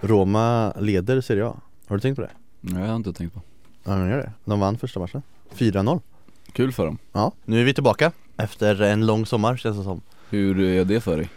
Roma leder Serie A. Har du tänkt på det? Nej, jag har inte tänkt på. Ja, de gör det. De vann första matchen. 4-0. Kul för dem. Ja, nu är vi tillbaka efter en lång sommar känns det som. Hur är det för dig?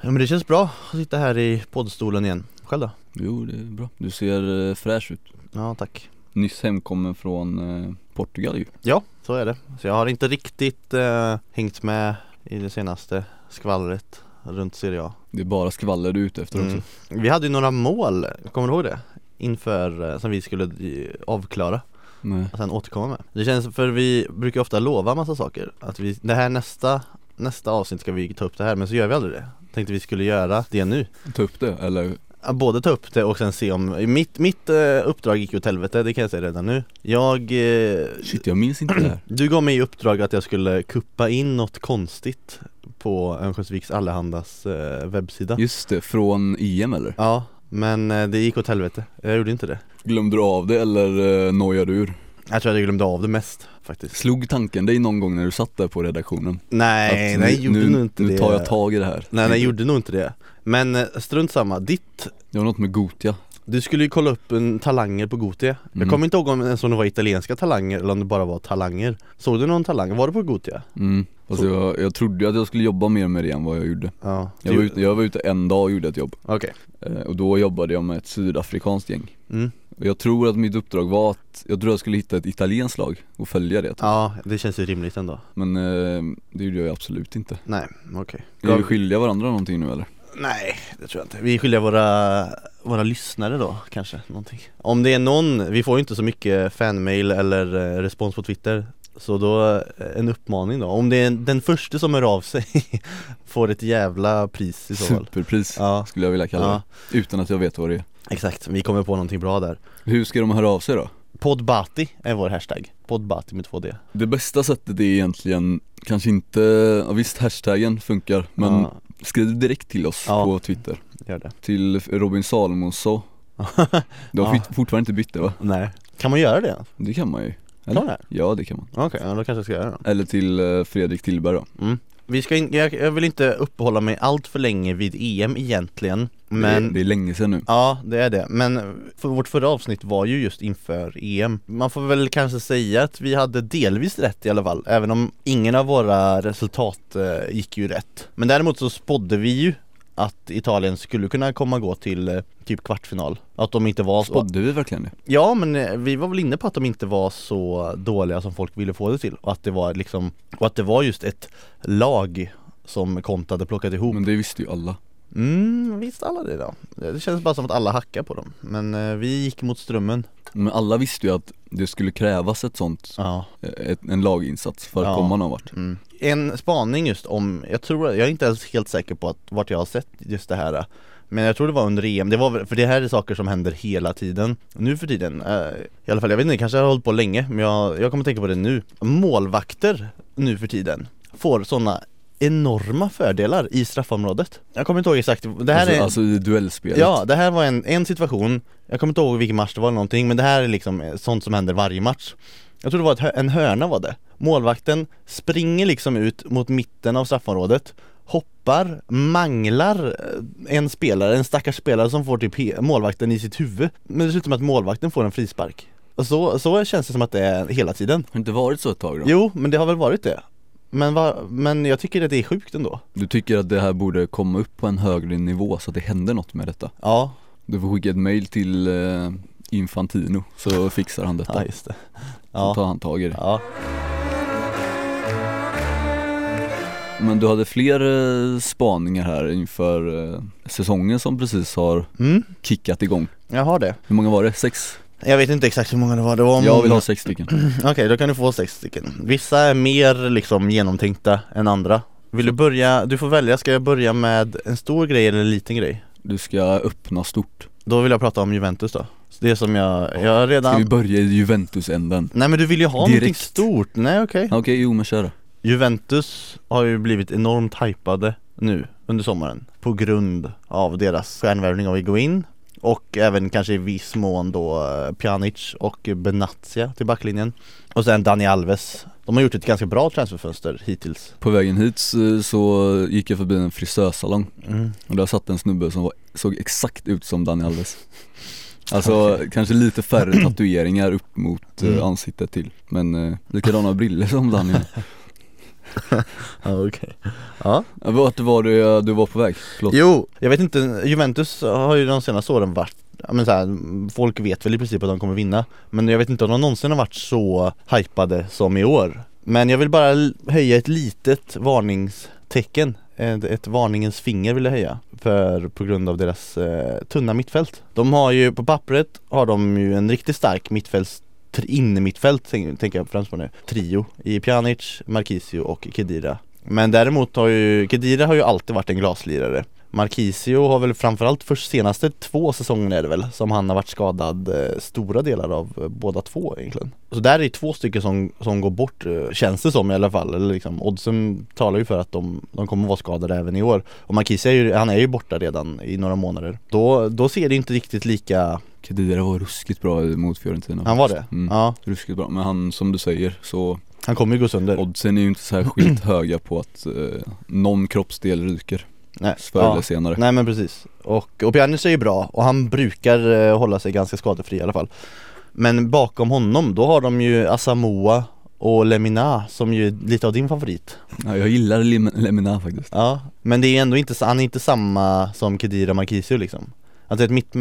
Ja, men det känns bra att sitta här i poddstolen igen. Själv då? Jo, det är bra. Du ser eh, fräsch ut. Ja, tack. Nyss hemkommen från eh, Portugal ju. Ja, så är det. Så jag har inte riktigt eh, hängt med i det senaste skvallret runt Serie A. Det är bara skvaller du är ute efter Mm. också. Vi hade ju några mål, kommer du ihåg det? Inför, eh, som vi skulle eh, avklara Nej. och sen återkomma med Det känns, för vi brukar ju ofta lova massa saker Att vi, det här nästa, nästa avsnitt ska vi ta upp det här men så gör vi aldrig det Tänkte vi skulle göra det nu Ta upp det, eller? Ja, Både ta upp det och sen se om, mitt, mitt eh, uppdrag gick ju åt helvete, det kan jag säga redan nu Jag, eh, Shit, jag minns inte det här. du gav mig i uppdrag att jag skulle kuppa in något konstigt På Örnsköldsviks Allehandas eh, webbsida Just det, från EM eller? Ja, men eh, det gick åt helvete, jag gjorde inte det Glömde du av det eller eh, nojade du ur? Jag tror att jag glömde av det mest faktiskt Slog tanken dig någon gång när du satt där på redaktionen? Nej, Att nej jag nu, gjorde nu, nog inte nu det tar jag tag i det här. Nej, nej jag gjorde nog inte det Men eh, strunt samma, ditt Det var något med Gotia. Du skulle ju kolla upp en talanger på Gotia Jag Mm. kommer inte ihåg om ens om det var italienska talanger eller om det bara var talanger Såg du någon talang? Var det på Gotia? Mm. Fast jag, jag trodde att jag skulle jobba mer med det än vad jag gjorde. Ja, Jag var ute, jag var ute en dag och gjorde ett jobb. okej Eh, och då jobbade jag med ett sydafrikanskt gäng. mm. Och jag tror att mitt uppdrag var att, jag tror jag skulle hitta ett italienskt lag och följa det. Ja, det känns ju rimligt ändå Men eh, det gjorde jag absolut inte. Nej, okej Är Gav- vi skyldiga varandra någonting nu eller? Nej, det tror jag inte Vi skiljer våra, våra lyssnare då kanske, någonting Om det är någon, vi får ju inte så mycket fanmail eller eh, respons på Twitter Så då, eh, en uppmaning då Om det är den första som hör av sig Får ett jävla pris i så fall Superpris Ja, skulle jag vilja kalla ja det. Utan att jag vet vad det är. exakt, vi kommer på någonting bra där Hur ska de höra av sig då? Podbati är vår hashtag, Podbati med två d Det bästa sättet är egentligen kanske inte, ja, visst hashtaggen funkar men ja, skriv direkt till oss Ja. på Twitter. gör det Till Robin Salomonsson. De har Ja. fort- fortfarande inte bytt det va? Nej, kan man göra det? Det kan man ju. Kan man det? Ja det kan man. Okej, ja, då kanske jag ska göra det Eller till eh, Fredrik Tillberg då. Vi ska in, jag, jag vill inte uppehålla mig allt för länge vid EM egentligen Men... Men Det, det är länge sedan nu. Ja, det är det. Men för vårt förra avsnitt var ju just inför EM. Man får väl kanske säga att vi hade delvis rätt i alla fall, även om ingen av våra resultat eh, gick ju rätt. Men däremot så spådde vi ju att Italien skulle kunna komma gå till eh, typ kvartsfinal. Att de inte var så... Spådde vi verkligen det? Ja, men eh, vi var väl inne på att de inte var så dåliga som folk ville få det till och att det var liksom, och att det var just ett lag som Conte hade plockat ihop. Men det visste ju alla. Mm, visst alla det då. Det känns bara som att alla hackar på dem. Men eh, vi gick mot strömmen. Men alla visste ju att det skulle krävas ett sånt, Ja. eh, ett, en laginsats för att Ja. komma någon vart. Mm. En spaning just om, jag tror, jag är inte ens helt säker på att, vart jag har sett just det här. eh, Men jag tror det var under EM, det var, väl- för det här är saker som händer hela tiden nu för tiden. eh, I alla fall, jag vet inte, kanske jag har hållit på länge, men jag, jag kommer tänka på det nu. Målvakter nu för tiden får sådana enorma fördelar i straffområdet. Jag kommer inte ihåg exakt, det här alltså, är alltså i duellspelet. Ja, det här var en, en situation, jag kommer inte ihåg vilken match det var eller någonting, men det här är liksom eh, sånt som händer varje match. Jag tror det var ett, hö- en hörna var det. Målvakten springer liksom ut mot mitten av straffområdet, hoppar, manglar eh, en spelare, en stackars spelare som får typ he- målvakten i sitt huvud. Men det slutar med att målvakten får en frispark. Och så, så känns det som att det är hela tiden. Har det inte varit så ett tag då? Jo, men det har väl varit det. Men, va, men jag tycker att det är sjukt ändå. Du tycker att det här borde komma upp på en högre nivå så att det händer något med detta? Ja, Du får skicka ett mail till eh, Infantino så fixar han detta. ja så just det. Ja. tar han tag i det. Ja. Men du hade fler eh, spaningar här inför eh, säsongen som precis har Mm, kickat igång. jag har det. Hur många var det? Sex? Jag vet inte exakt hur många det var, det var Jag vill ha sex stycken. Okej, då kan du få sex stycken Vissa är mer liksom genomtänkta än andra Vill du börja, du får välja, ska jag börja med en stor grej eller en liten grej? Du ska öppna stort. Då vill jag prata om Juventus då Det som jag, jag har Ska redan vi börja i Juventus-änden? Nej men du vill ju ha någonting Direkt. stort, nej okej Ja, Okej, jo men kör då. Juventus har ju blivit enormt hypade nu under sommaren På grund av deras stjärnvärvning av Iguin Och även kanske i viss mån då eh, Pjanic och Benatia till backlinjen Och sen Dani Alves De har gjort ett ganska bra transferfönster hittills På vägen hit så- så gick jag förbi en frisörsalong Mm. och där satt en snubbe som var, såg exakt ut som Daniel Alves Alltså kanske lite färre tatueringar upp mot eh, Mm. ansiktet till men eh, likadana briller som Daniel Ja okej Ja Ja, Vart var du, eh, du var på väg? Förlåt Jo, jag vet inte, Juventus har ju de senaste åren varit ja, men så här, folk vet väl i princip att de kommer vinna Men jag vet inte om de någonsin har varit så hypade som i år Men jag vill bara l- höja ett litet varningstecken ett, ett varningens finger vill jag höja för, på grund av deras eh, tunna mittfält De har ju, på pappret har de ju en riktigt stark mittfälts tr- innermittfält tänk- tänker jag främst på nu Trio i Pjanic, Marquisio och Kedira Men däremot har ju Kedira har ju alltid varit en glaslirare Marquisio har väl framförallt för senaste två säsongerna är det väl som han har varit skadad eh, stora delar av eh, båda två egentligen. Så där är två stycken som, som går bort eh, känns det som i alla fall. Eller liksom, oddsen talar ju för att de, de kommer vara skadade även i år. Och Marquisio är ju, han är ju borta redan i några månader. Då, då ser det inte riktigt lika, Kedira var ruskigt bra eh, mot Fiorentina han var det? Mm. Ja, Ruskigt bra, men han som du säger så han kommer ju gå sönder. oddsen är ju inte särskilt höga på att eh, någon kroppsdel ryker Nej, förr ja. eller senare Nej men precis. Och, och Pjanic är ju bra och han brukar eh, hålla sig ganska skadefri i alla fall. Men bakom honom, då har de ju Asamoa och Lemina som ju är lite av din favorit. ja, Jag gillar Lim- Lemina faktiskt Ja, men det är ändå inte, han är inte samma som Kedira Markisio liksom. Att det, är ett mitt,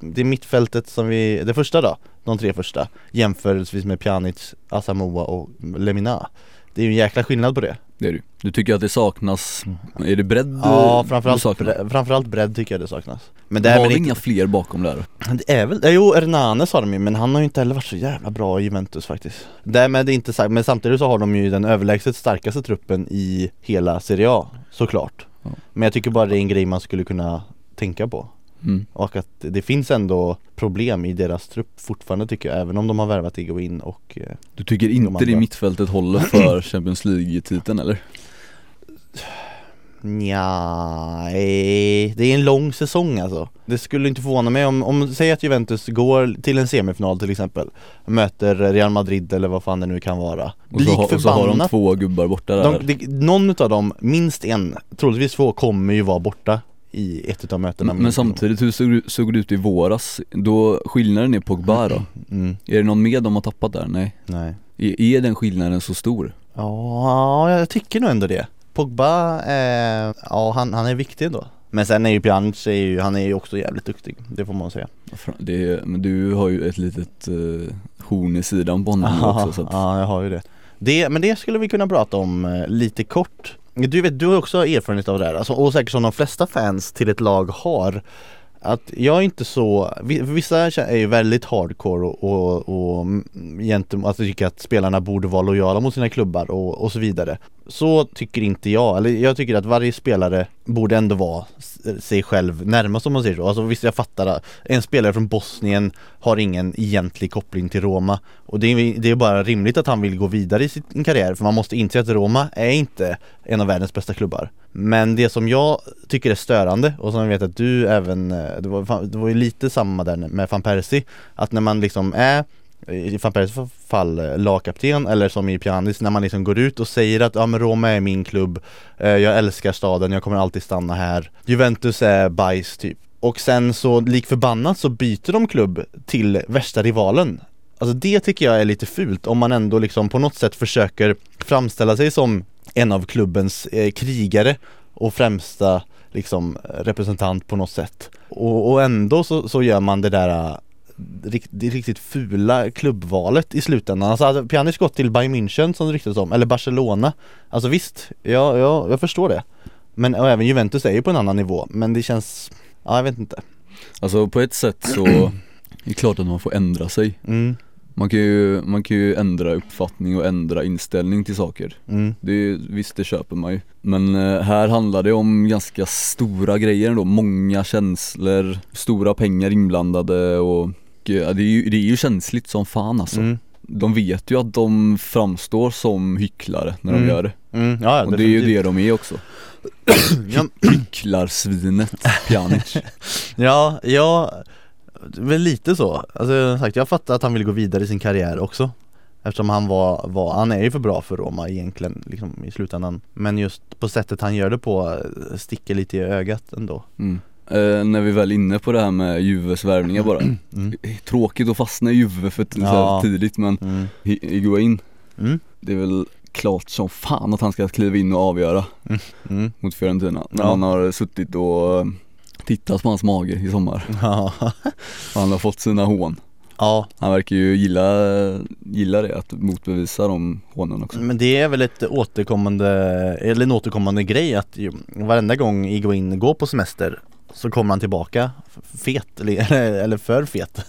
det är mittfältet som vi, det första då, de tre första jämförelsevis med Pjanic, Asamoa och Lemina. Det är ju en jäkla skillnad på det. Det är du. Du tycker att det saknas, är det bredd Ja, du- framförallt, du saknar? bre, framförallt bredd tycker jag det saknas. Men Det det är har väl vi inte inga fler bakom där? Det är väl, eh, jo Hernanes har de ju men han har ju inte heller varit så jävla bra i Juventus faktiskt Därmed är inte sagt, men samtidigt så har de ju den överlägset starkaste truppen i hela Serie A såklart Ja. Men jag tycker bara det är en grej man skulle kunna tänka på Mm. Och att det finns ändå problem i deras trupp fortfarande tycker jag även om de har värvat Iguain och eh, Du tycker De inte andra. det mittfältet håller för Champions League-titeln eller? Nja, eh, det är en lång säsong alltså. Det skulle inte förvåna mig om, om säg att Juventus går till en semifinal till exempel Möter Real Madrid eller vad fan det nu kan vara Och så, har- och så har de förbannat- två gubbar borta där de, det- Någon utav dem, minst en, troligtvis två, kommer ju vara borta i ett utav mötena Men samtidigt, hur såg, du- såg det ut i våras? Då, skillnaden är Pogba då? mm, Är det någon mer de har tappat där? Nej Nej Är, är den skillnaden så stor? Ja, jag tycker nog ändå det Pogba, eh, ja han, han är viktig ändå Men sen är ju Pjanic, är ju, han är ju också jävligt duktig, det får man säga Det är, men du har ju ett litet eh, horn i sidan på honom Ja, också så att, Ja, jag har ju det. det Men det skulle vi kunna prata om eh, lite kort Du vet, du har också erfarenhet av det här alltså, och säkert som de flesta fans till ett lag har att jag är inte så, vi- vissa är ju väldigt hardcore och, och, och mm, gentemot, alltså tycker att spelarna borde vara lojala mot sina klubbar och, och så vidare Så tycker inte jag, eller jag tycker att varje spelare borde ändå vara s- sig själv närmast om man säger så Alltså visst jag fattar, att en spelare från Bosnien har ingen egentlig koppling till Roma Och det är, det är bara rimligt att han vill gå vidare i sin karriär för man måste inse att Roma är inte en av världens bästa klubbar men det som jag tycker är störande och som jag vet att du även, eh, det var, fan- det var ju lite samma där med van Persie Att när man liksom är, i van Persies fall, eh, lagkapten eller som i Pjanic när man liksom går ut och säger att ja men Roma är min klubb eh, Jag älskar staden, jag kommer alltid stanna här Juventus är bajs typ Och sen så lik förbannat så byter de klubb till värsta rivalen Alltså det tycker jag är lite fult om man ändå liksom på något sätt försöker framställa sig som en av klubbens eh, krigare och främsta liksom representant på något sätt Och, och ändå så, så gör man det där eh, rikt, det riktigt fula klubbvalet i slutändan Alltså hade Pjanic gått till Bayern München som det ryktas om, eller Barcelona Alltså visst, ja, ja, jag förstår det Men och även Juventus är ju på en annan nivå, men det känns, ja jag vet inte Alltså på ett sätt så, det är klart att man får ändra sig mm, Man kan ju, man kan ju ändra uppfattning och ändra inställning till saker mm, Det är, visst det köper man ju Men eh, här handlar det om ganska stora grejer ändå, många känslor, stora pengar inblandade och ja, det, är ju, det är ju känsligt som fan alltså mm, De vet ju att de framstår som hycklare när de Mm. gör det mm, ja, ja Och det är ju det de är också definitivt. Ja, Hycklarsvinet Pjanic Ja, jag, Väl lite så, alltså som sagt jag fattar att han vill gå vidare i sin karriär också Eftersom han var, var han är ju för bra för Roma egentligen liksom i slutändan Men just på sättet han gör det på eh, sticker lite i ögat ändå Mm. Eh, när vi väl är inne på det här med Juves värvningar bara. Mm. Tråkigt att fastna i Juve för t- så Ja. här tidigt men Mm. Hi- Higuain, Mm. det är väl klart som fan att han ska kliva in och avgöra Mm. mot Fiorentina. När Ja. han har suttit och eh, tittat på hans mage i sommar. Ja. Och han har fått sina hån. ja, Han verkar ju gilla, gilla det, att motbevisa de hånen också. men det är väl ett återkommande, eller en återkommande grej att ju, varenda gång Iguain går på semester så kommer han tillbaka f- fet, eller, eller för fet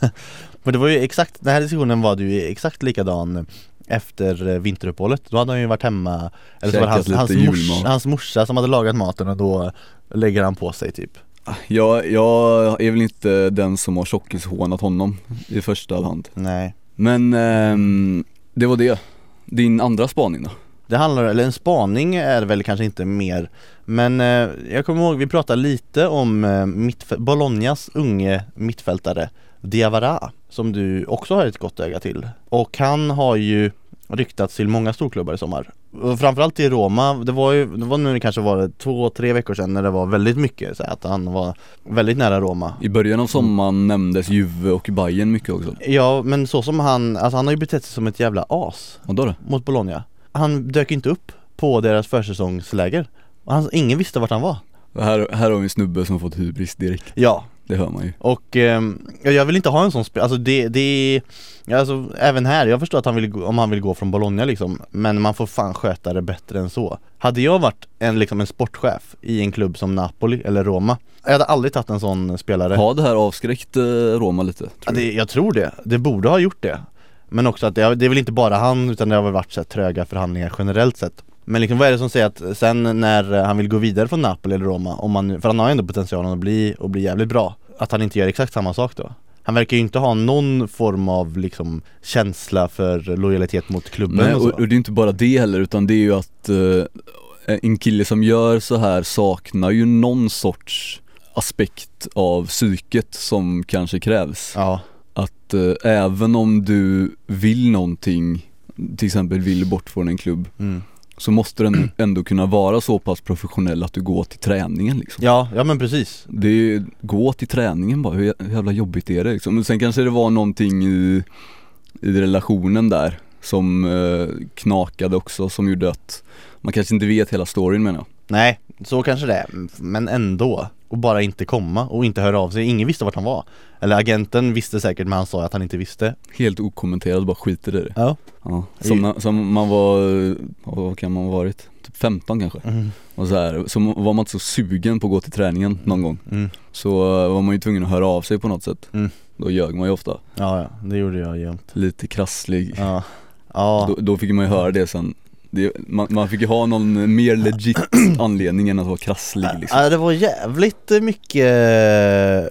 För det var ju exakt, den här diskussionen var det ju exakt likadan efter eh, vinteruppehållet Då hade han ju varit hemma Eller så var det hans, Käkat hans, lite mors, julmat. hans morsa som hade lagat maten och då lägger han på sig typ Jag, jag är väl inte den som har tjockishånat honom i första hand. Nej Men ehm, det var det. Din andra spaning då? Det handlar, eller en spaning är väl kanske inte mer Men eh, jag kommer ihåg, vi pratade lite om eh, mittf- Bolognas unge mittfältare Diawara Som du också har ett gott öga till Och han har ju ryktats till många storklubbar i sommar och Framförallt till Roma, det var ju, det var nu det kanske var två, tre veckor sedan när det var väldigt mycket så här, att han var väldigt nära Roma I början av sommaren nämndes Juve och Bayern mycket också. Ja men så som han, alltså han har ju betett sig som ett jävla as Och då då? mot Bologna Han dök inte upp på deras försäsongsläger och han, Ingen visste vart han var Här, här har vi en snubbe som fått hybris direkt, Ja det hör man ju. Och ehm, ja, jag vill inte ha en sån spelare, alltså det, det ja, Alltså även här, jag förstår att han vill, gå- om han vill gå från Bologna liksom Men man får fan sköta det bättre än så Hade jag varit en, liksom en sportchef i en klubb som Napoli eller Roma Jag hade aldrig tagit en sån spelare Har det här avskräckt eh, Roma lite? Tror Ja, du? det, jag tror det, det borde ha gjort det Men också att det, det är väl inte bara han utan det har väl varit så här, tröga förhandlingar generellt sett Men liksom vad är det som säger att sen när eh, han vill gå vidare från Napoli eller Roma, om man, för han har ju ändå potentialen att bli, att bli jävligt bra Att han inte gör exakt samma sak då Han verkar ju inte ha någon form av liksom känsla för lojalitet mot klubben Nej, och och, så och det är inte bara det heller utan det är ju att eh, en kille som gör så här saknar ju någon sorts aspekt av psyket som kanske krävs. Ja, Att eh, även om du vill någonting, till exempel vill bort från en klubb, mm. så måste den ändå kunna vara så pass professionell att du går till träningen liksom. ja, ja men precis Det är ju, gå till träningen bara, hur jä- hur jävla jobbigt är det liksom? Men sen kanske det var någonting i, i relationen där som eh, knakade också som gjorde att man kanske inte vet hela storyn menar jag. Nej, så kanske det är, men ändå Och bara inte komma och inte höra av sig, ingen visste vart han var Eller agenten visste säkert men han sa att han inte visste Helt okommenterat bara skiter i det. Ja Ja. Som, när- som man var, eh, vad kan man ha varit? Typ 15 kanske. mm. Och så, här, så var man inte så sugen på att gå till träningen någon gång. Mm. Så eh, var man ju tvungen att höra av sig på något sätt. Mm. Då ljög man ju ofta. Ja, ja, det gjorde jag jämt Lite krasslig. Ja, ja, Då, då fick man ju höra det sen det, man, man fick ju ha någon mer legit anledning än att vara krasslig liksom. ja Äh, det var jävligt mycket eh,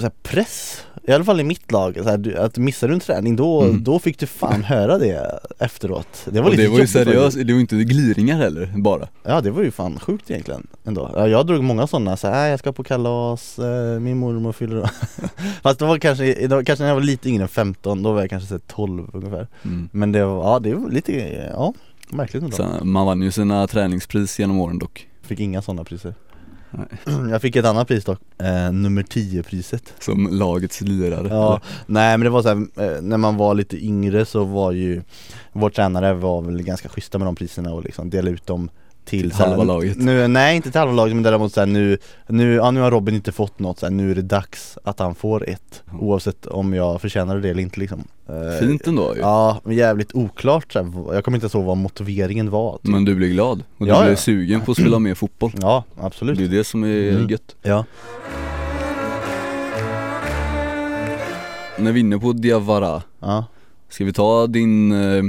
så här, press I alla fall i mitt lag, så här, du, att missar du en träning då, Mm. då fick du fan höra det efteråt Det var Och lite det var ju jobbigt faktiskt. seriöst, det var ju inte gliringar heller bara. Ja det var ju fan sjukt egentligen ändå ja, Jag drog många sådana så här, "Äh, jag ska på kalas, eh, min mormor fyller år." Fast det var kanske, det var, kanske när jag var lite yngre än 15, då var jag kanske så här 12 ungefär Men det var, ja det var lite, ja märkligt ändå Sen, man vann ju sina träningspris genom åren dock. Fick inga sådana priser Nej. Jag fick ett annat pris dock, eh, nummer 10 priset Som lagets lirare. Ja, typ. nej men det var så här, eh, när man var lite yngre så var ju Vår tränare var väl ganska schyssta med de priserna och liksom delade ut dem till, Till så här- halva laget. nu, Nej inte till halva laget men däremot så här, nu, nu, ja, nu har Robin inte fått något så här, nu är det dags att han får ett Mm. Oavsett om jag förtjänar det eller inte liksom Eh, Fint ändå ju. Ja, men jävligt oklart så här, jag kommer inte ens ihåg vad motiveringen var typ. Men du blev glad och du Ja, blev ja. sugen på att spela mer fotboll. Ja, Det absolut är det som är Mm. gött. Ja, När vi är inne på Diawara, ja ska vi ta din eh,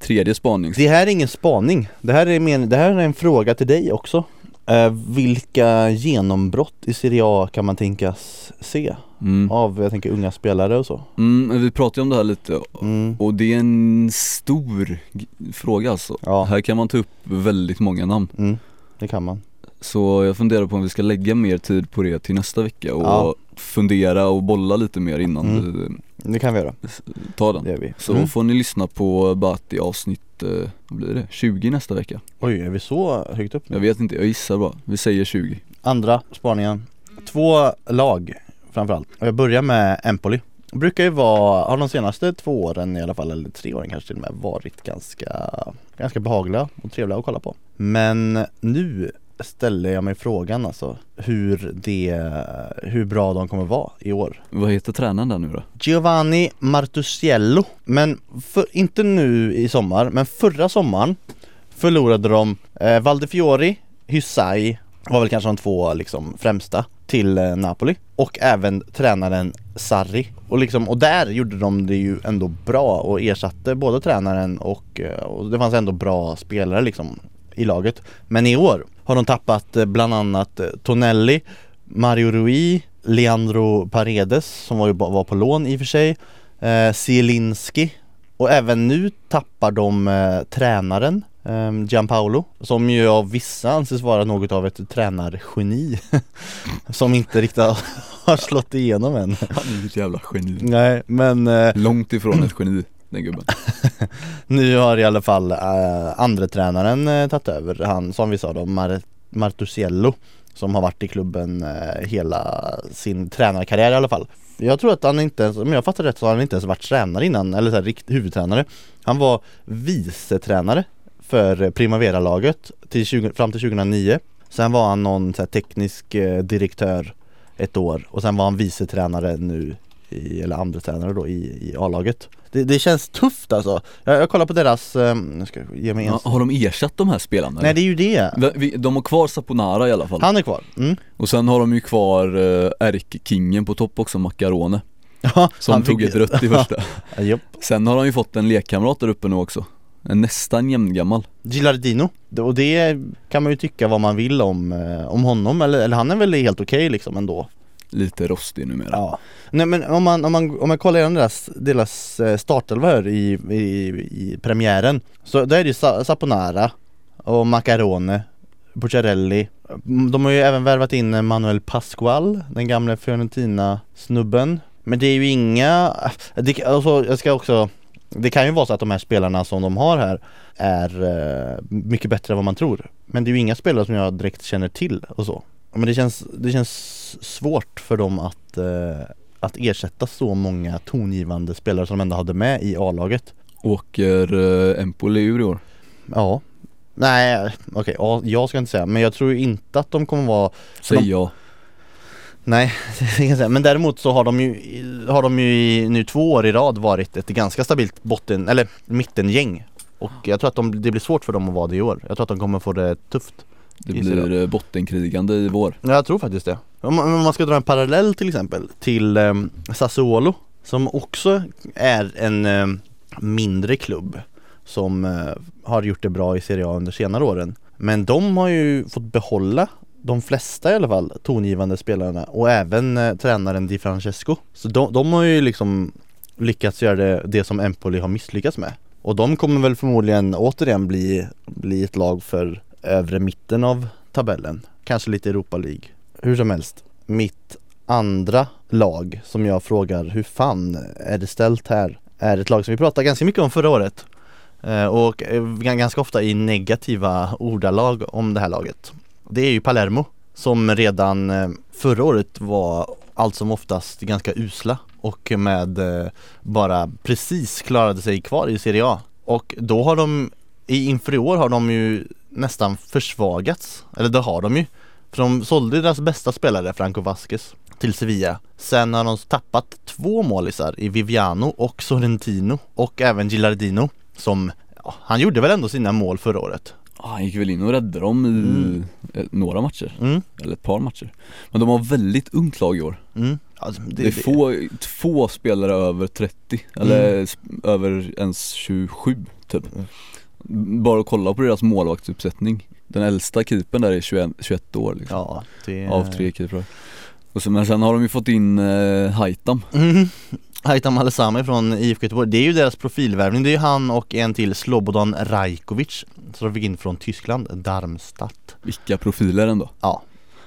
tredje spaning? Det här är ingen spaning, det här är, men, det här är en fråga till dig också Eh, Vilka genombrott i Serie A kan man tänkas se? Mm. Av, jag tänker unga spelare och så Mm, vi pratade ju om det här lite mm. Och det är en stor g- fråga alltså. Ja, Här kan man ta upp väldigt många namn. mm. det kan man Så jag funderar på om vi ska lägga mer tid på det till nästa vecka och Ja. fundera och bolla lite mer innan Mm. vi Det kan vi göra, tar den. det gör vi Så Mm. får ni lyssna på Bati avsnitt, eh, vad blir det? 20 nästa vecka? Oj, är vi så högt upp nu? Jag vet inte, jag gissar bara. Vi säger 20. Andra spaningen Två lag framförallt Och jag börjar med Empoli Brukar ju vara, har de senaste två åren i alla fall, eller tre åren kanske till och med varit ganska Ganska behagliga och trevliga att kolla på Men nu ställer jag mig frågan alltså Hur det, hur bra de kommer vara i år Vad heter tränaren där nu då? Giovanni Martusiello Men för, inte nu i sommar, men förra sommaren Förlorade de eh, Valdefiori, Hysaj var väl kanske de två liksom främsta till eh, Napoli Och även tränaren Sarri och, liksom, och där gjorde de det ju ändå bra och ersatte både tränaren och, eh, och det fanns ändå bra spelare liksom i laget Men i år har de tappat eh, bland annat eh, Tonelli Mario Rui, Leandro Paredes som var, ju, ba- var på lån i och för sig, eh, Zielinski och även nu tappar de eh, tränaren eh, Gianpaolo som ju av vissa anses vara något av ett tränargeni som inte riktigt har- har slått igenom än. Han är ju ett jävla geni. Nej men eh, Långt ifrån ett geni, den gubben. nu har i alla fall eh, andra tränaren eh, tagit över, han som vi sa då, Mar- Martusiello som har varit i klubben eh, hela sin tränarkarriär i alla fall. Jag tror att han inte ens, om jag fattar rätt så har han inte ens varit tränare innan, eller så här, rikt, huvudtränare. Han var vicetränare för Primavera-laget till 20, fram till 2009. Sen var han någon så här, teknisk eh, direktör ett år och sen var han vicetränare nu, i, eller andra tränare då i, i A-laget. Det, det känns tufft alltså. Jag, jag kollar på deras, eh, nu ska jag ge mig en... Ja, har de ersatt de här spelarna? alltså- Nej det är ju det. Va- vi- De har kvar Saponara i alla fall. Han är kvar. Mm. Och sen har de ju kvar eh, Erk-kingen på topp också, Macarone. Ja, Som han tog fick- ett rött i första. Ja, Japp. sen har de ju fått en lekkamrat där uppe nu också. En nästan jämngammal. Gilardino. Det- Och det kan man ju tycka vad man vill om, eh, om honom, eller, eller han är väl helt okej liksom ändå. Lite rostig numera. Ja. Nej men om man, om man, om man kollar igenom deras, deras eh, startelva här i, i, i premiären Så där är det ju Sa- Saponara och Macarone, Bucciarelli De har ju även värvat in Manuel Pascual, den gamle Fiorentina-snubben Men det är ju inga, det, alltså, jag ska också det kan ju vara så att de här spelarna som de har här är eh, mycket bättre än vad man tror Men det är ju inga spelare som jag direkt känner till och så Ja, Men det känns, det känns svårt för dem att, eh, att ersätta så många tongivande spelare som de ändå hade med i A-laget Åker eh, Empoli ur i år? Ja Nej, okej, ja, jag ska inte säga, men jag tror ju inte att de kommer vara Säger De- jag. Nej, det kan jag säga. men däremot så har de ju, har de ju i, nu två år i rad varit ett ganska stabilt botten, eller mittengäng Och jag tror att de, det blir svårt för dem att vara det i år, jag tror att de kommer få det tufft Det Gissar jag. blir eh, bottenkrigande i vår. Ja, jag tror faktiskt det. Om man, om man ska dra en parallell till exempel till ehm, Sassuolo som också är en ehm, mindre klubb som eh, har gjort det bra i Serie A under senare åren. Men de har ju fått behålla de flesta i alla fall tongivande spelarna och även eh, tränaren Di Francesco. Så de, de har ju liksom lyckats göra det, det som Empoli har misslyckats med. Och de kommer väl förmodligen återigen bli, bli ett lag för övre mitten av tabellen. Kanske lite Europa League. Hur som helst, mitt andra lag som jag frågar hur fan är det ställt här? Är ett lag som vi pratade ganska mycket om förra året. Eh, Och eh, g- ganska ofta i negativa ordalag om det här laget. Det är ju Palermo som redan eh, förra året var allt som oftast ganska usla och med eh, bara precis klarade sig kvar i Serie A. Och då har de, i- inför i år har de ju nästan försvagats, eller det har de ju. För de sålde deras bästa spelare, Franco Vasquez, till Sevilla. Sen har de tappat två målisar i Viviano och Sorrentino och även Gilardino som, ja, han gjorde väl ändå sina mål förra året. Ah, Han gick väl in och räddade dem i Mm. eh, några matcher, Mm, eller ett par matcher. Men de har väldigt ungt lag i år. mm. Alltså, Det är få, få spelare över 30 eller sp- över ens 27 typ Mm. Bara att kolla på deras målvaktsuppsättning Den äldsta keepern där är 21, 21 år liksom, Ja, det... av tre keeprar och sen, Men sen har de ju fått in eh, Haitam Mm. Haitham Alesami från IFK Göteborg, det är ju deras profilvärvning. Det är ju han och en till Slobodan Rajkovic Så de fick in från Tyskland, Darmstadt Vilka profiler ändå Ja.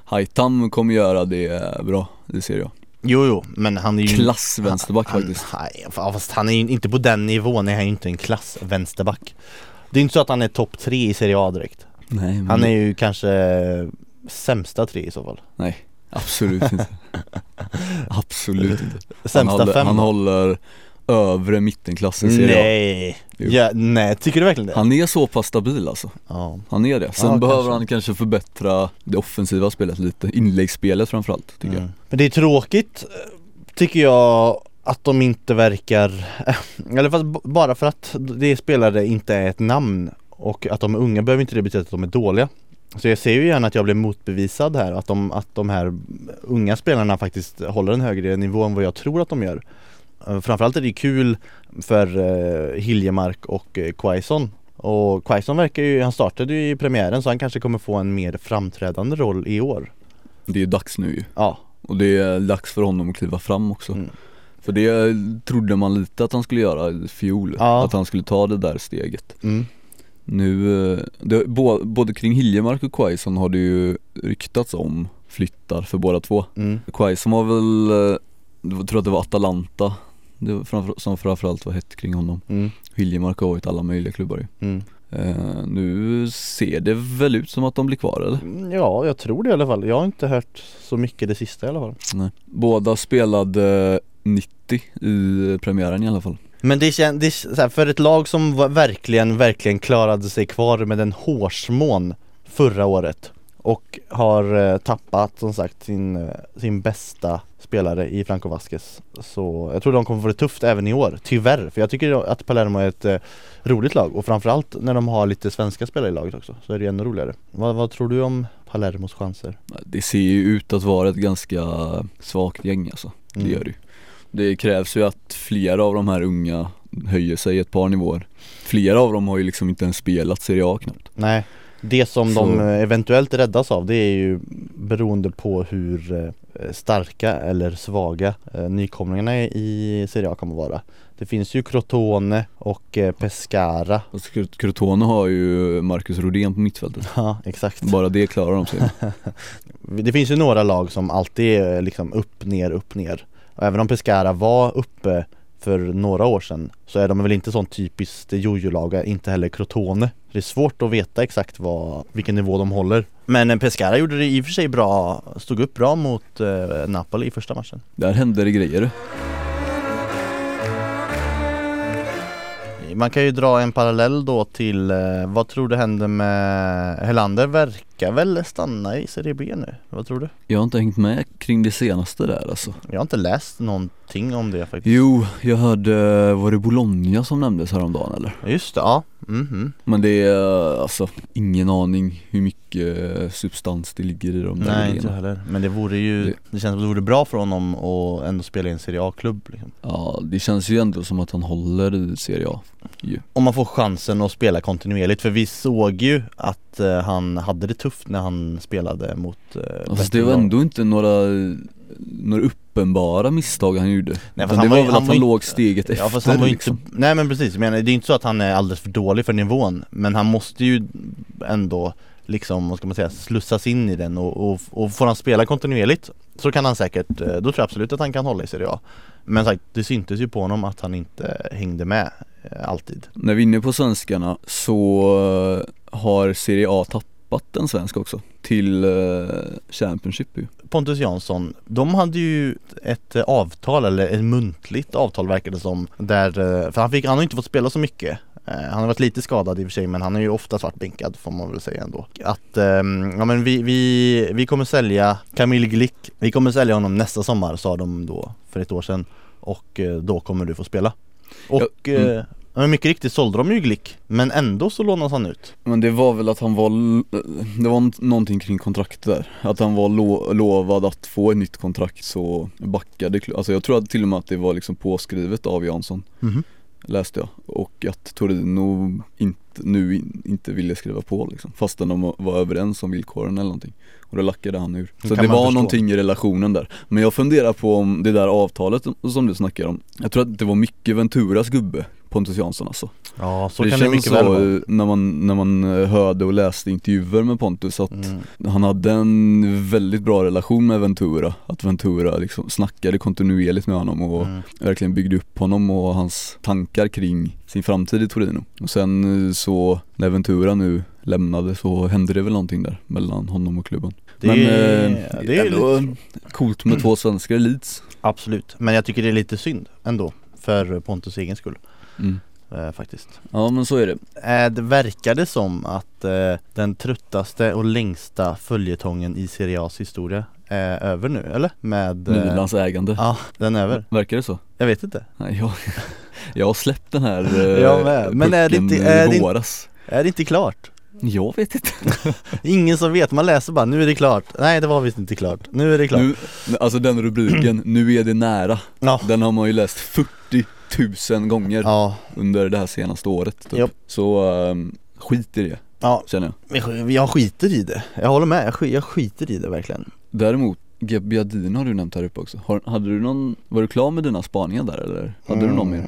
Haitam kommer göra det eh, bra, det ser jag Jo jo, men han är ju Klass vänsterback han, faktiskt Nej, fa- fast han är ju inte på den nivån, är han ju inte en klass vänsterback Det är inte så att han är topp tre i Serie A direkt Nej, men Han är ju kanske sämsta tre i så fall Nej, absolut inte Absolut inte han Sämsta håller, fem han håller övre mittenklassen ser jag Nej, Jo. ja, nej, tycker du verkligen det? Han är så pass stabil alltså Ja. Han är det. Sen Ja, behöver kanske. han kanske förbättra det offensiva spelet lite, inläggsspelet framförallt tycker jag. Mm. Men det är tråkigt eh, tycker jag att de inte verkar, eller fast b- bara för att det spelare inte är ett namn och att de är unga behöver inte det betyda att de är dåliga. Så jag ser ju gärna att jag blir motbevisad här, att de, att de här unga spelarna faktiskt håller en högre nivå än vad jag tror att de gör. Eh, Framförallt är det ju kul för eh, Hiljemark och eh, Quaison. Och Quaison verkar ju, han startade ju i premiären så han kanske kommer få en mer framträdande roll i år. Det är ju dags nu ju. Ja, Och det är dags för honom att kliva fram också. Mm. För det trodde man lite att han skulle göra i fjol, Ja. att han skulle ta det där steget. mm. Nu, eh, det, bå- både kring Hiljemark och Quaison har det ju ryktats om flyttar för båda två. Mm. Quaison var väl, eh, jag tror att det var Atalanta det var framför, som framförallt var hett kring honom. Mm. Hiljemark har varit alla möjliga klubbar ju. Mm. Eh, nu ser det väl ut som att de blir kvar eller? Ja, jag tror det i alla fall. Jag har inte hört så mycket det sista i alla fall. Nej. Båda spelade 90 i premiären i alla fall. Men det kändes, så här, för ett lag som var- verkligen, verkligen klarade sig kvar med en hårsmån förra året och har eh, tappat som sagt sin, eh, sin bästa spelare i Franco Vasquez. Så jag tror de kommer få det tufft även i år, tyvärr. För jag tycker att Palermo är ett eh, roligt lag och framförallt när de har lite svenska spelare i laget också så är det ju ännu roligare. Vad, vad tror du om Palermos chanser? Det ser ju ut att vara ett ganska svagt gäng alltså. Mm. Det gör det ju. Det krävs ju att flera av de här unga höjer sig ett par nivåer. Flera av dem har ju liksom inte ens spelat Serie A knappt. Nej, det som de Så- eh, eventuellt räddas av det är ju beroende på hur eh, starka eller svaga eh, nykomlingarna i Serie A kommer vara. Det finns ju Crotone och eh, Pescara. Alltså Crot- Crotone har ju Marcus Rodén på mittfältet. Ja, exakt. Bara det klarar de sig. Det finns ju några lag som alltid är liksom upp, ner, upp, ner. Och även om Pescara var uppe för några år sedan så är de väl inte sån typiskt jojo-lag, inte heller Crotone. Det är svårt att veta exakt vad, vilken nivå de håller. Men eh, Pescara gjorde det i och för sig bra, stod upp bra mot eh, Napoli i första matchen. Där hände det grejer. Man kan ju dra en parallell då till, eh, vad tror du händer med Helander? Verkar väl stanna i Serie B nu? Vad tror du? Jag har inte hängt med kring det senaste där alltså. Jag har inte läst någonting om det faktiskt. Jo, jag hörde, var det Bologna som nämndes häromdagen eller? Just det, ja. Mhm. Men det är eh, alltså ingen aning hur mycket eh, substans det ligger i de där Nej inte grejerna. heller, men det vore ju, det, Det- känns som det vore bra för honom att ändå spela i en Serie A-klubb liksom. Ja, det känns ju ändå som att han håller i Serie A. Om man får chansen att spela kontinuerligt, för vi såg ju att eh, han hade det tufft när han spelade mot eh, Alltså bättre det var lag. ändå inte några, några uppenbara misstag han gjorde. Nej, Nej, fast Utan han det var var ju- väl han att var ju- han låg steget efter Ja fast han var ju inte, liksom. nej men precis, men det är inte så att han är alldeles för dålig för nivån Men han måste ju ändå liksom, vad ska man säga, slussas in i den och, och, och får han spela kontinuerligt Så kan han säkert, eh, då tror jag absolut att han kan hålla i Serie A Men sagt, det syntes ju på honom att han inte hängde med eh, alltid När vi är inne på svenskarna så eh, har Serie A tappat en svensk också. Till eh, Championship ju. Pontus Jansson, de hade ju ett eh, avtal eller ett muntligt avtal verkade det som där, eh, för han, fick, han har inte fått spela så mycket Eh, han har varit lite skadad i och för sig men han har ju ofta varit bänkad får man väl säga ändå. Att ehm, ja, men vi, vi, vi kommer sälja Kamil Glick, vi kommer sälja honom nästa sommar sa de då för ett år sedan och eh, då kommer du få spela. Och Ja, mm. eh, ja, men mycket riktigt sålde de ju Glick men ändå så lånas han ut. Men det var väl att han var, det var någonting kring kontraktet där. Att han var lo, lovad att få ett nytt kontrakt så backade klubben. Alltså jag tror att till och med att det var liksom påskrivet av Jansson, Mhm. läste jag. Och att Torino inte, nu in, inte ville skriva på liksom. Fastän de var överens om villkoren eller någonting. Och då lackade han ur. Det Så kan det man var förstå. någonting i relationen där. Men jag funderar på om det där avtalet som du snackar om. Jag tror att det var mycket Venturas gubbe Pontus Jansson alltså Ja, så det kan det känns mycket så väl vara. eh, när man, när man eh, hörde och läste intervjuer med Pontus att Mm. han hade en väldigt bra relation med Ventura Att Ventura liksom snackade kontinuerligt med honom och Mm. verkligen byggde upp honom och hans tankar kring sin framtid i Torino. Och sen eh, så när Ventura nu lämnade så hände det väl någonting där mellan honom och klubben. Det, Men är- eh, det är ändå lite, coolt med två svenskar i Leeds. absolut, men jag tycker det är lite synd ändå för Pontus egen skull Mm. eh, faktiskt Ja men så är det. Eh, Det verkade som att eh, den tröttaste och längsta följetongen i Serie A's historia är över nu, eller? Med... eh, Milans ägande. Ja, den är över. Verkar det så? Jag vet inte. Nej jag, jag har släppt den här eh, Jag med. Men är det pucken inte- är det i inte- våras. Är det inte klart? Jag vet inte. Ingen som vet, man läser bara nu är det klart. Nej det var visst inte klart. Nu är det klart. Nu, alltså den rubriken, nu är det nära. Ja. Den har man ju läst 40 000 gånger. Ja, under det här senaste året typ. Japp. Så ehm, skit i det ja, känner jag men jag skiter i det. Jag håller med, jag, sk- jag skiter i det verkligen. Däremot Gebbiadin har du nämnt här uppe också. Har, hade du någon, var du klar med dina spaningar där eller? Hade du Mm. någon mer?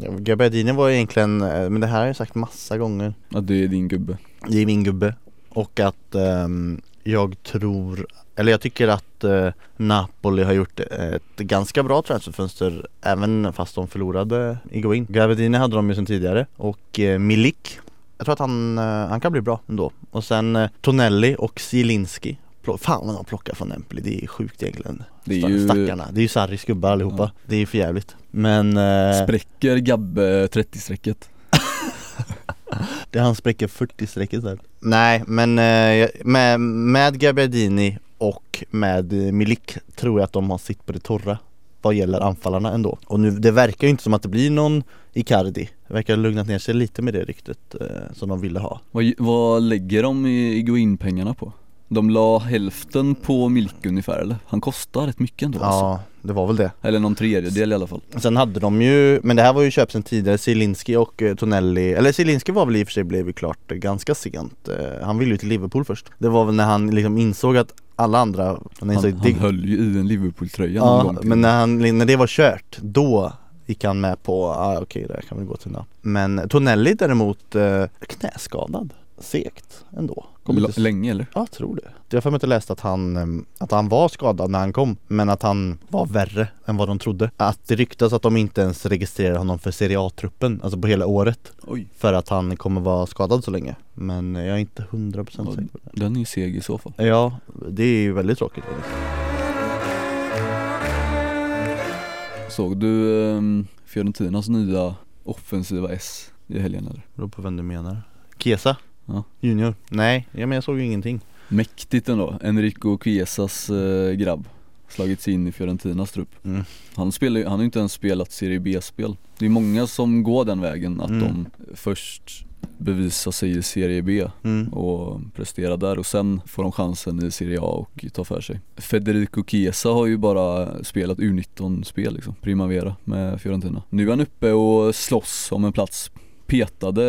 mer? Gabbiadini Mm, var ju egentligen, eh, men det här har jag sagt massa gånger. Att det är din gubbe? Det är min gubbe och att ehm, jag tror, eller jag tycker att eh, Napoli har gjort ett ganska bra transferfönster även fast de förlorade igår in. Gavedini hade de ju sedan tidigare och eh, Milik, jag tror att han, eh, han kan bli bra ändå. Och sen eh, Tonelli och Zielinski. Plo- Fan vad de plockar från Empoli, det är sjukt egentligen. Det är ju- Stackarna, det är ju Sarris gubbar allihopa. Det är ju för jävligt. Men eh, Spräcker Gabbe 30-strecket? Det han spräcker 40 strecket där Nej men eh, med, med Gabbiadini och med eh, Milik tror jag att de har sitt på det torra Vad gäller anfallarna ändå Och nu, det verkar ju inte som att det blir någon Icardi Det verkar ha lugnat ner sig lite med det ryktet eh, som de ville ha Vad, vad lägger de i, i gå-in-pengarna på? De la hälften på Milk ungefär eller? Han kostar rätt mycket ändå alltså. Ja, det var väl det Eller någon tredjedel i alla fall Sen hade de ju, men det här var ju köp sen tidigare, Zielinski och eh, Tonelli Eller Zielinski var väl i och för sig blev ju klart eh, ganska sent Eh, Han ville ju till Liverpool först Det var väl när han liksom insåg att alla andra Han, Han, insåg, han det- höll ju i en Liverpool-tröja någon Ja, gång till. men när, han, när det var kört, då gick han med på, ah, okej det här kan väl gå till Nap. Men Tonelli däremot, eh, knäskadad. Segt ändå. Kom L- inte- Länge eller? Ja, jag tror det. Jag har för mig att jag läste att han, eh, att han var skadad när han kom, men att han var värre än vad de trodde. Att det ryktas att de inte ens registrerar honom för Serie A-truppen, alltså på hela året. Oj För att han kommer vara skadad så länge. Men jag är inte 100% Ja, säker på det. Den är ju seg i så fall Ja, det är ju väldigt tråkigt. Såg du ehm, Fiorentinas nya offensiva S i helgen eller? Beror på vem du menar Kesa? Ja. Junior? Nej, ja, men jag såg ju ingenting Mäktigt ändå, Enrico Chiesas eh, grabb Slagit sig in i Fiorentinas trupp Mm. Han spelar ju, han har ju inte ens spelat Serie B-spel Det är många som går den vägen att Mm. de först bevisar sig i Serie B mm. och presterar där och sen får de chansen i Serie A och tar för sig Federico Chiesa har ju bara spelat U19-spel liksom, Primavera med Fiorentina Nu är han uppe och slåss om en plats Petade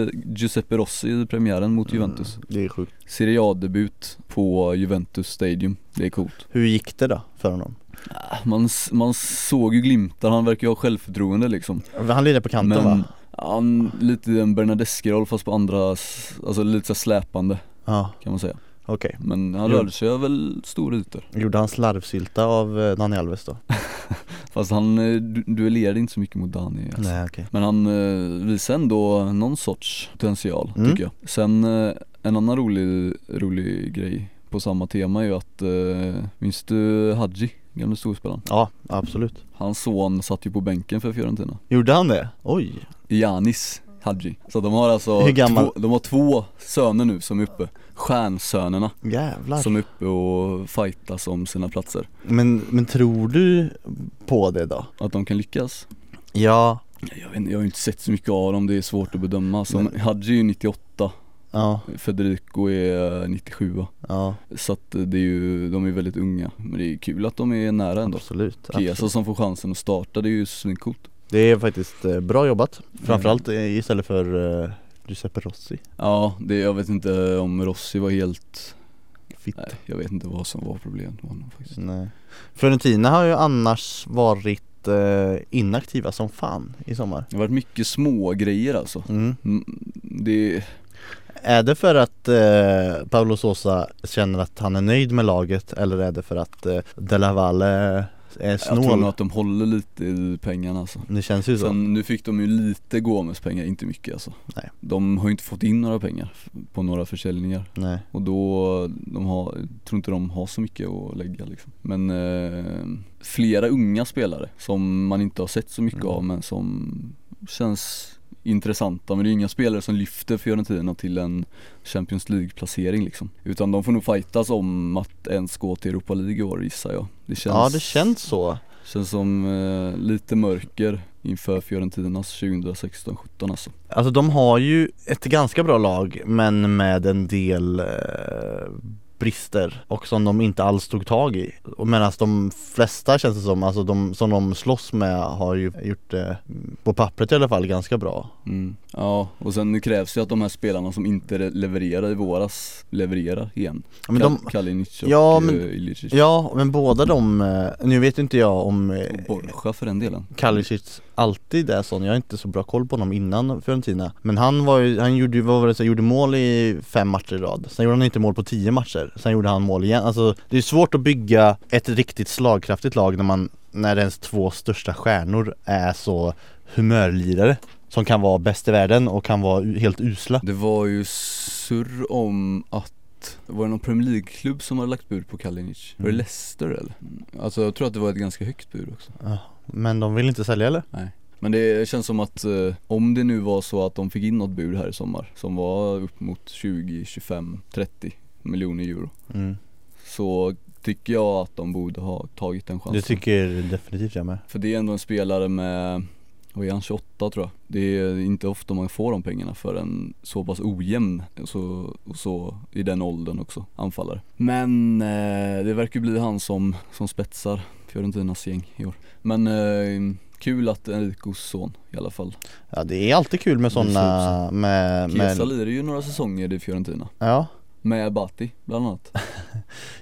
eh, Giuseppe Rossi i premiären mot Juventus Mm, Det är sjukt Serie A-debut på Juventus Stadium, det är coolt Ah, Hur gick det då för honom? Man, s- man såg ju glimtar, han verkar ju ha självförtroende liksom Han lirade på kanten Men va? han, lite en Bernadeschi-roll fast på andra, s- alltså lite så här släpande Ja, kan man säga okej Men han Jo. rörde sig över stora ytor Gjorde han slarvsylta av eh, Dani Alves då? Fast han eh, du- duellerade inte så mycket mot Dani alltså. Nej okej Men han eh, visade ändå någon sorts potential Mm. tycker jag Sen eh, en annan rolig, rolig grej på samma tema är ju att eh, Minns du Hadji, gamle storspelaren? Ja, absolut Hans son satt ju på bänken för Fiorentina Gjorde han det? Oj! Janis Hadji Så de har alltså Hur gammal? Två, de har två söner nu som är uppe Stjärnsönerna Jävlar som är uppe och fightas om sina platser men, men tror du på det då? Att de kan lyckas Ja Jag, vet, inte, jag har ju inte sett så mycket av dem, det är svårt att bedöma. Alltså, Men- Hadji är ju 98, Ja, Federico är eh, 97 ja Så att eh, det är ju, de är väldigt unga. Men det är kul att de är nära ändå. absolut, Chiesa absolut. som får chansen att starta, det är ju svincoolt. Det är faktiskt eh, bra jobbat Mm. Framförallt eh, istället för eh, Giuseppe Rossi Ja, det, jag vet inte om Rossi var helt, Fitt nej jag vet inte vad som var problemet med honom faktiskt. Nej. Fiorentina har ju annars varit varit eh, inaktiva som fan i sommar. Det har varit mycket små grejer alltså. Mm. Mm, Det, Är det för att eh, Paolo Sosa känner att han är nöjd med laget eller är det för att eh, De La Valle eh, är jag tror nog snål? att de håller lite i pengarna alltså. Det känns ju så. Sen, nu fick de ju lite Gomes-pengar, inte mycket alltså. Nej. De har ju inte fått in några pengar f- på några försäljningar. Nej. Och då, de har, jag tror inte de har så mycket att lägga liksom. Men eh, flera unga spelare som man inte har sett så mycket Mm. av men som känns intressanta. Men det är ju inga spelare som lyfter Fiorentina till en Champions League-placering liksom. Utan de får nog fightas om att ens gå till Europa League i år gissar jag. Det känns, Ja det känns så. känns som eh, lite mörker inför Fiorentinas 2016-17 alltså. Alltså de har ju ett ganska bra lag men med en del eh, brister och som de inte alls tog tag i. Och Medan de flesta känns det som, alltså de som de slåss med har ju gjort det mm, på pappret i alla fall ganska bra. Mm. Ja, och sen nu krävs ju att de här spelarna som inte re- levererar i våras levererar igen. Men de, Kal- Kalinic och Ja, ja, men- Ilicic ja men båda de, eh, nu vet inte jag om och eh, Borja för den delen. Kalicic alltid är sån, jag har inte så bra koll på honom innan Fiorentina Men han var ju, han gjorde ju, vad var det, så här, gjorde mål i fem matcher i rad Sen gjorde han inte mål på tio matcher, sen gjorde han mål igen Alltså det är svårt att bygga ett riktigt slagkraftigt lag när man, när ens två största stjärnor är så humörlirare Som kan vara bäst i världen och kan vara u- helt usla Det var ju surr om att var det någon Premier League-klubb som hade lagt bud på Kalinic? Var det Mm. Leicester eller? Alltså jag tror att det var ett ganska högt bud också Men de vill inte sälja eller? Men det känns som att eh, om det nu var så att de fick in något bud här i sommar som var upp mot 20, 25, 30 miljoner euro Mm. Så tycker jag att de borde ha tagit den chansen Det tycker definitivt jag med För det är ändå en spelare med, vad är han, 28 tror jag. Det är inte ofta man får de pengarna för en så pass ojämn och så, och så i den åldern också, anfallare. Men eh, det verkar ju bli han som, som spetsar Fiorentinas gäng i år. Men eh, kul att Enricos son i alla fall. Ja det är alltid kul med Det är så sådana, med, med Chiesa lirar ju några säsonger i Fiorentina. Ja Med Bati bland annat.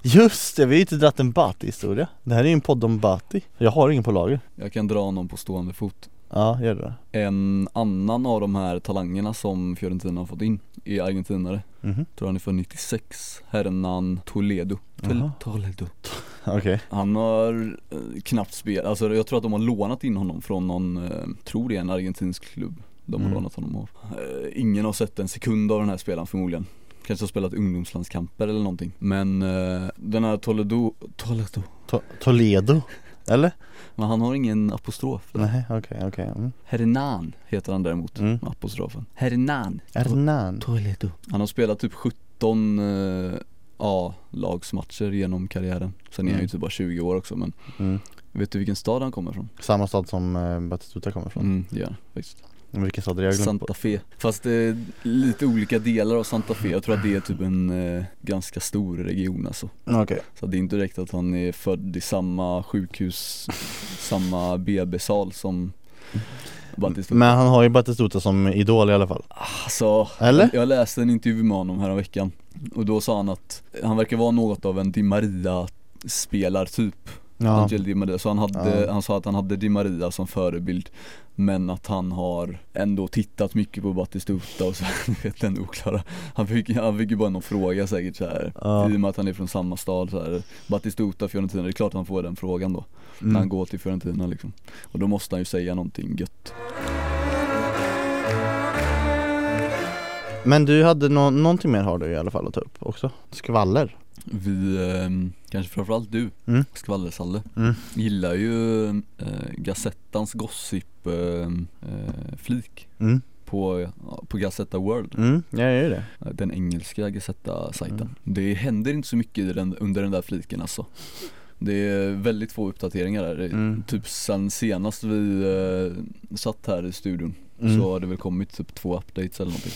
Just det, vi har ju inte dratt en Bati-historia Det här är ju en podd om Bati Jag har ingen på lager Jag kan dra honom på stående fot. Ja, gör det En annan av de här talangerna som Fiorentina har fått in är argentinare. Mhm, tror han är från 96, Hernan Toledo. Jaha. Tol- Toledo. okej Han har eh, knappt spel, alltså jag tror att de har lånat in honom från någon, eh, tror det är en argentinsk klubb de har Mm. lånat honom av. Eh, ingen har sett en sekund av den här spelaren förmodligen. Kanske har spelat ungdomslandskamper eller någonting. Men eh, den här Toledo, Toledo, To- Toledo? Eller? men han har ingen apostrof. Nej, okej, okej mm. Hernan heter han däremot, Mm. med apostrofen. Hernan. Hernan Toledo. Han har spelat typ 17 eh, A-lagsmatcher genom karriären. Sen är han Mm. ju typ bara 20 år också men mm. vet du vilken stad han kommer från? Samma stad som eh, Batistuta kommer ifrån Mm, ja, faktiskt. Vilken stad är det jag har glömt på? Santa Fe. Fast det är lite olika delar av Santa Fe. Jag tror att det är typ en eh, ganska stor region alltså. Okej Så det är inte direkt att han är född i samma sjukhus, samma BB-sal som Mm. Batistuta. Men han har ju Batistuta som idol i alla fall Alltså, Eller? jag läste en intervju med honom häromveckan och då sa han att han verkar vara något av en Di Maria spelartyp, Ja, Angel Di Maria. Så han, hade, Ja. han sa att han hade Di Maria som förebild men att han har ändå tittat mycket på Batistuta och så, du vet den oklara han fick, han fick ju bara någon fråga säkert så här. Ja. I och med att han är från samma stad så här. Batistuta, Fiorentina, det är klart han får den frågan då När han mm. går till Fiorentina liksom Och då måste han ju säga någonting gött Men du hade nå- någonting mer har du i alla fall att ta upp också Skvaller Vi, ehm, kanske framförallt du, Mm. Skvallersalle, Mm. gillar ju eh, Gazettans gossip-flik Mm, på, ja, på Gazetta World, mm, jag gör ju det eh, den engelska Gazetta-sajten. Mm. Det händer inte så mycket i den, under den där fliken alltså. Det är väldigt få uppdateringar där. Det är Mm. Typ sen senast vi eh, satt här i studion Mm. så har det väl kommit typ två updates eller någonting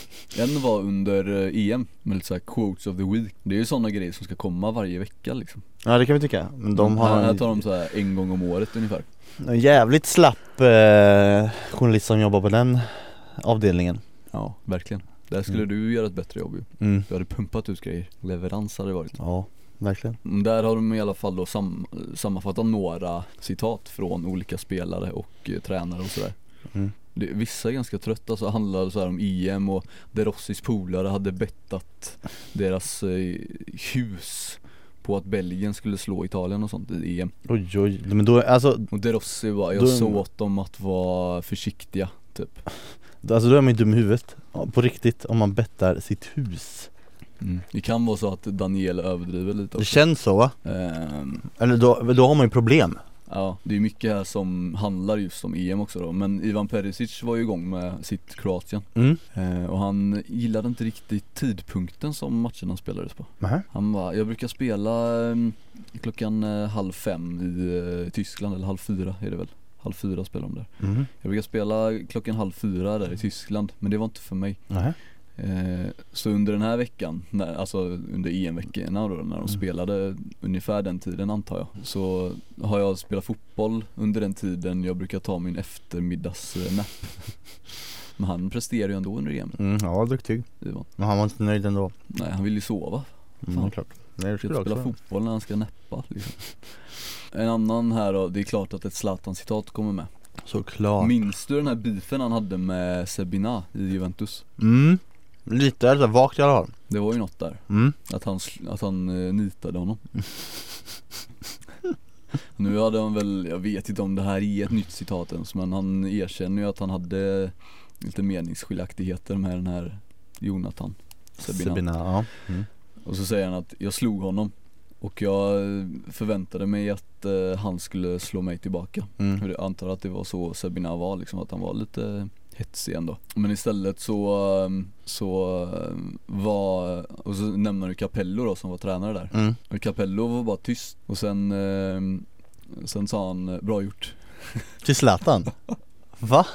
En var under eh, EM med lite såhär quotes of the week Det är ju sådana grejer som ska komma varje vecka liksom Ja det kan vi tycka, men de har här, här tar de såhär en gång om året ungefär En jävligt slapp eh, journalist som jobbar på den avdelningen Ja, verkligen Där skulle Mm. du göra ett bättre jobb ju mm. Du hade pumpat ut grejer Leverans hade det varit Ja verkligen Mm, Där har de i alla fall då sam, sammanfattat några citat från olika spelare och eh, tränare och sådär. Mm. Det, vissa är ganska trötta, alltså handlade så här om EM och Derossis polare hade bettat deras eh, hus på att Belgien skulle slå Italien och sånt i EM. Oj oj, men då, alltså, Och Derossi var, jag Då- sa åt dem att vara försiktiga typ. alltså då är man ju dum i huvudet Ja, På riktigt, om man bettar sitt hus Mm. Det kan vara så att Daniel överdriver Det lite också. känns så va? Ehm, Eller då, då har man ju problem Ja, det är mycket här som handlar just om EM också då, men Ivan Perisic var ju igång med sitt Kroatien Mm, eh, och han gillade inte riktigt tidpunkten som matcherna spelades på. Nähä. Han bara, jag brukar spela eh, klockan eh, halv fem i eh, Tyskland, eller halv fyra är det väl? Halv fyra spelar de där. mm. Jag brukar spela klockan halv fyra där i Tyskland, men det var inte för mig. Nähä. Eh, Så under den här veckan, när, alltså under EM-veckorna då, när de spelade ungefär den tiden antar jag, så har jag spelat fotboll under den tiden jag brukar ta min eftermiddagsnapp. Men han presterar ju ändå under EM, Mm, ja duktig Ivan. Men han var inte nöjd ändå Nej, han vill ju sova. Mm, Fan. klart Nej det Han skulle ska jag också spela vara. fotboll när han ska nappa liksom. En annan här då, det är klart att ett Zlatan-citat kommer med. Såklart Minns du den här beefen han hade med Sebina i Juventus? Mm, lite alltså, vagt i alla fall Det var ju något där. Mm, Att han, sl- att han eh, nitade honom Nu hade han väl, jag vet inte om det här är ett nytt citat ens men han erkänner ju att han hade lite meningsskiljaktigheter med den här Jonathan Sebina. Sebina, ja mm. Och så säger han att jag slog honom och jag eh, förväntade mig att eh, han skulle slå mig tillbaka. Mm. Jag antar att det var så Sebina var liksom, att han var lite hetsig ändå. Men istället så, eh, så eh, var, och så nämner du Capello då som var tränare där. Mm. Och Capello var bara tyst och sen, eh, sen sa han eh, bra gjort. Till Zlatan? Va?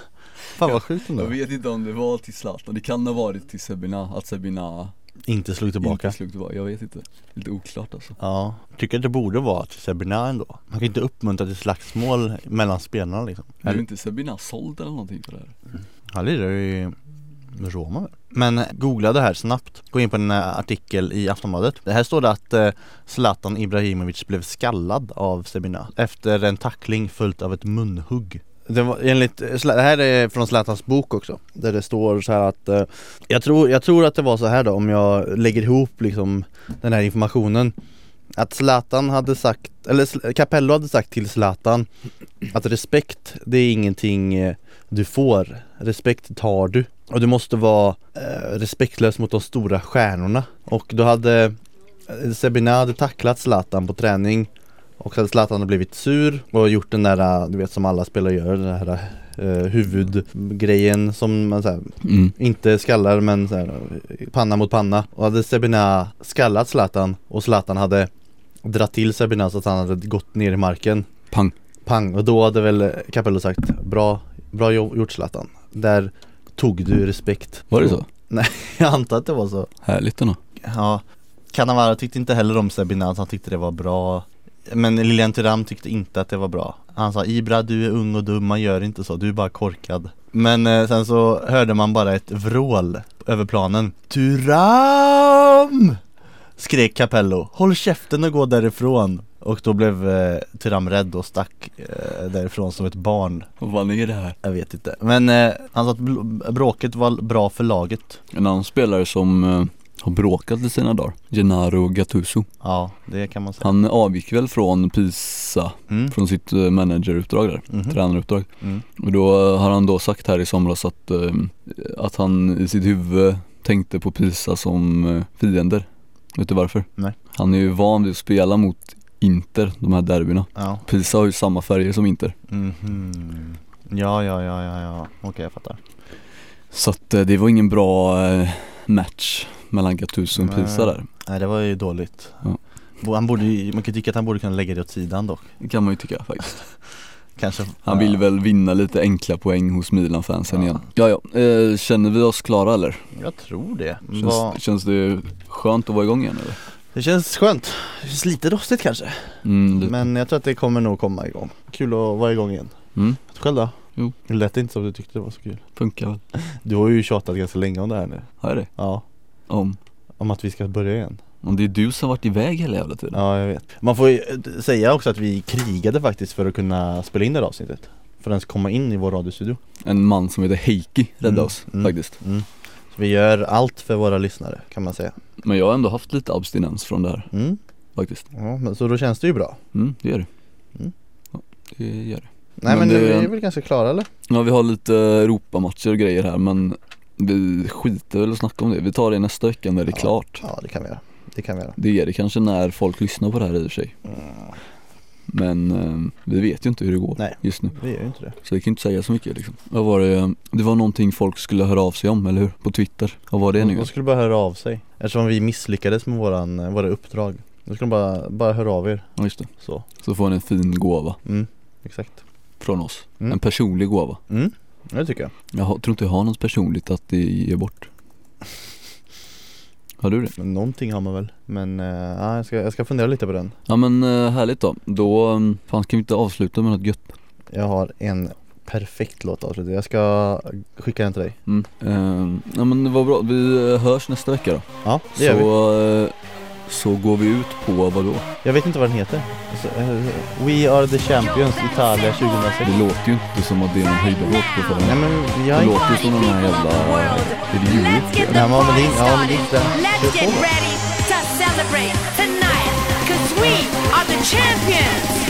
Fan vad sjukt Jag ändå vet inte om det var till Zlatan, det kan ha varit till Sebina, att Sebina Inte slog tillbaka inte slog tillbaka. Jag vet inte, lite oklart alltså. Ja, tycker att det borde vara till Sebina ändå Man kan inte uppmuntra till slagsmål mellan spelarna liksom Är Eller- inte Sebina såld eller någonting för det här? Han lirar ju i Roma väl? Men googla det här snabbt, gå in på en eh, artikel i Aftonbladet Det här står det att eh, Zlatan Ibrahimovic blev skallad av Sebina Efter en tackling följt av ett munhugg det, var, enligt, eh, Zla- det här är från Zlatans bok också Där det står så här att eh, jag, tror, jag tror att det var så här då om jag lägger ihop liksom den här informationen Att Zlatan hade sagt, eller Zl- Capello hade sagt till Zlatan Att respekt det är ingenting eh, du får Respekt tar du och du måste vara eh, respektlös mot de stora stjärnorna och då hade eh, Sebina hade tacklat Zlatan på träning och hade Zlatan blivit sur och gjort den där, eh, du vet som alla spelare gör, den här eh, huvudgrejen som man så här, Mm. inte skallar men så här, panna mot panna och hade Sebina skallat Zlatan och Zlatan hade dratt till Sebina så att han hade gått ner i marken Pang. Pang och då hade väl Capello sagt bra, bra jo- gjort Zlatan Där tog du respekt Var det så? Jag antar att det var så Härligt ändå. Ja Cannavaro tyckte inte heller om Sebina, han tyckte det var bra Men Lilian Thuram tyckte inte att det var bra Han sa Ibra du är ung och dum, man gör inte så, du är bara korkad Men eh, sen så hörde man bara ett vrål över planen Thuram! Skrek Capello Håll käften och gå därifrån Och då blev eh, Thuram rädd och stack eh, därifrån som ett barn Vad är det här? Jag vet inte Men eh, han sa att bl- bråket var bra för laget En annan spelare som eh, har bråkat i sina dagar, Gennaro Gattuso. Ja, det kan man säga Han avgick väl från Pisa, mm. från sitt eh, manageruppdrag där, Mhm. tränaruppdrag. Mm. Och då eh, har han då sagt här i somras att, eh, att han i sitt huvud tänkte på Pisa som eh, fiender. Vet du varför? Nej. Han är ju van vid att spela mot Inter, de här derbyna. Ja, Pisa har ju samma färger som Inter. mhm Ja, ja, ja, ja, ja, okej jag fattar Så att eh, det var ingen bra eh, match mellan Gattuso och Nej. Pisa där. Nej det var ju dåligt Ja. Bo- Han borde, ju- man kan ju tycka att han borde kunna lägga det åt sidan dock Det kan man ju tycka faktiskt. Kanske Han vill väl vinna lite enkla poäng hos Milan-fansen Ja. igen. Ja, ja. Eh, känner vi oss klara eller? Jag tror det Känns, Va... känns det skönt att vara igång igen eller? Det känns skönt, det känns lite rostigt kanske Mm, lite. Men jag tror att det kommer nog komma igång Kul att vara igång igen Mm, Själv då? Jo. Det lät inte som du tyckte det var så kul funkar väl. Du har ju tjatat ganska länge om det här nu Har jag det? Ja, Om. om att vi ska börja igen Men det är du som har varit iväg hela jävla tiden Ja, jag vet. Man får ju eh, säga också att vi krigade faktiskt för att kunna spela in det här avsnittet. För att ens komma in i vår radiostudio. En man som heter Heikki räddade Mm, oss mm. faktiskt Så vi gör allt för våra lyssnare kan man säga. Men jag har ändå haft lite abstinens från det här Mm. faktiskt Ja, men, så då känns det ju bra. Mm, det gör det Mm. ja, Det gör det Nej men, Men nu det- är vi väl ganska klara eller? Ja vi har lite Europamatcher och grejer här men vi skiter väl att snacka om det, vi tar det nästa vecka när det är Ja. klart Ja det kan vi göra. Det kan vi göra. Det är det kanske när folk lyssnar på det här i och för sig Men eh, vi vet ju inte hur det går Mm. Nej. just nu Vi gör ju inte det. Så vi kan ju inte säga så mycket liksom Vad var det, det var någonting folk skulle höra av sig om eller hur? På Twitter, vad var det nu De skulle bara höra av sig. Eftersom vi misslyckades med våran, eh, våra uppdrag. Då skulle de bara, bara höra av er. Ja just det, Så. så får ni en fin gåva Mm. Exakt. från oss Mm. En personlig gåva Mm. Det tycker jag. Jag har- tror inte jag har något personligt att ge bort Har du det? Men någonting har man väl. Men eh, ja, jag, ska, jag ska fundera lite på den. Ja men eh, härligt då, då, eh, fan ska vi inte avsluta med något gött? Jag har en perfekt låt avslutad. Jag ska skicka den till dig. Mm. Ehm, ja men det var bra, vi eh, hörs nästa vecka då. Ja det så, gör vi. eh, så går vi ut på vadå? Jag vet inte vad den heter. Så, eh, We are the champions Italia 2006. Det låter ju inte som att det är någon höjdarlåt på förhand. Nej men jag Det är låter ju som någon här jävla... Är det jul? Let's get Nej, the men om det- party ja, men det är started. inte den. Let's Det är get så. ready to celebrate tonight. Cause we are the champions.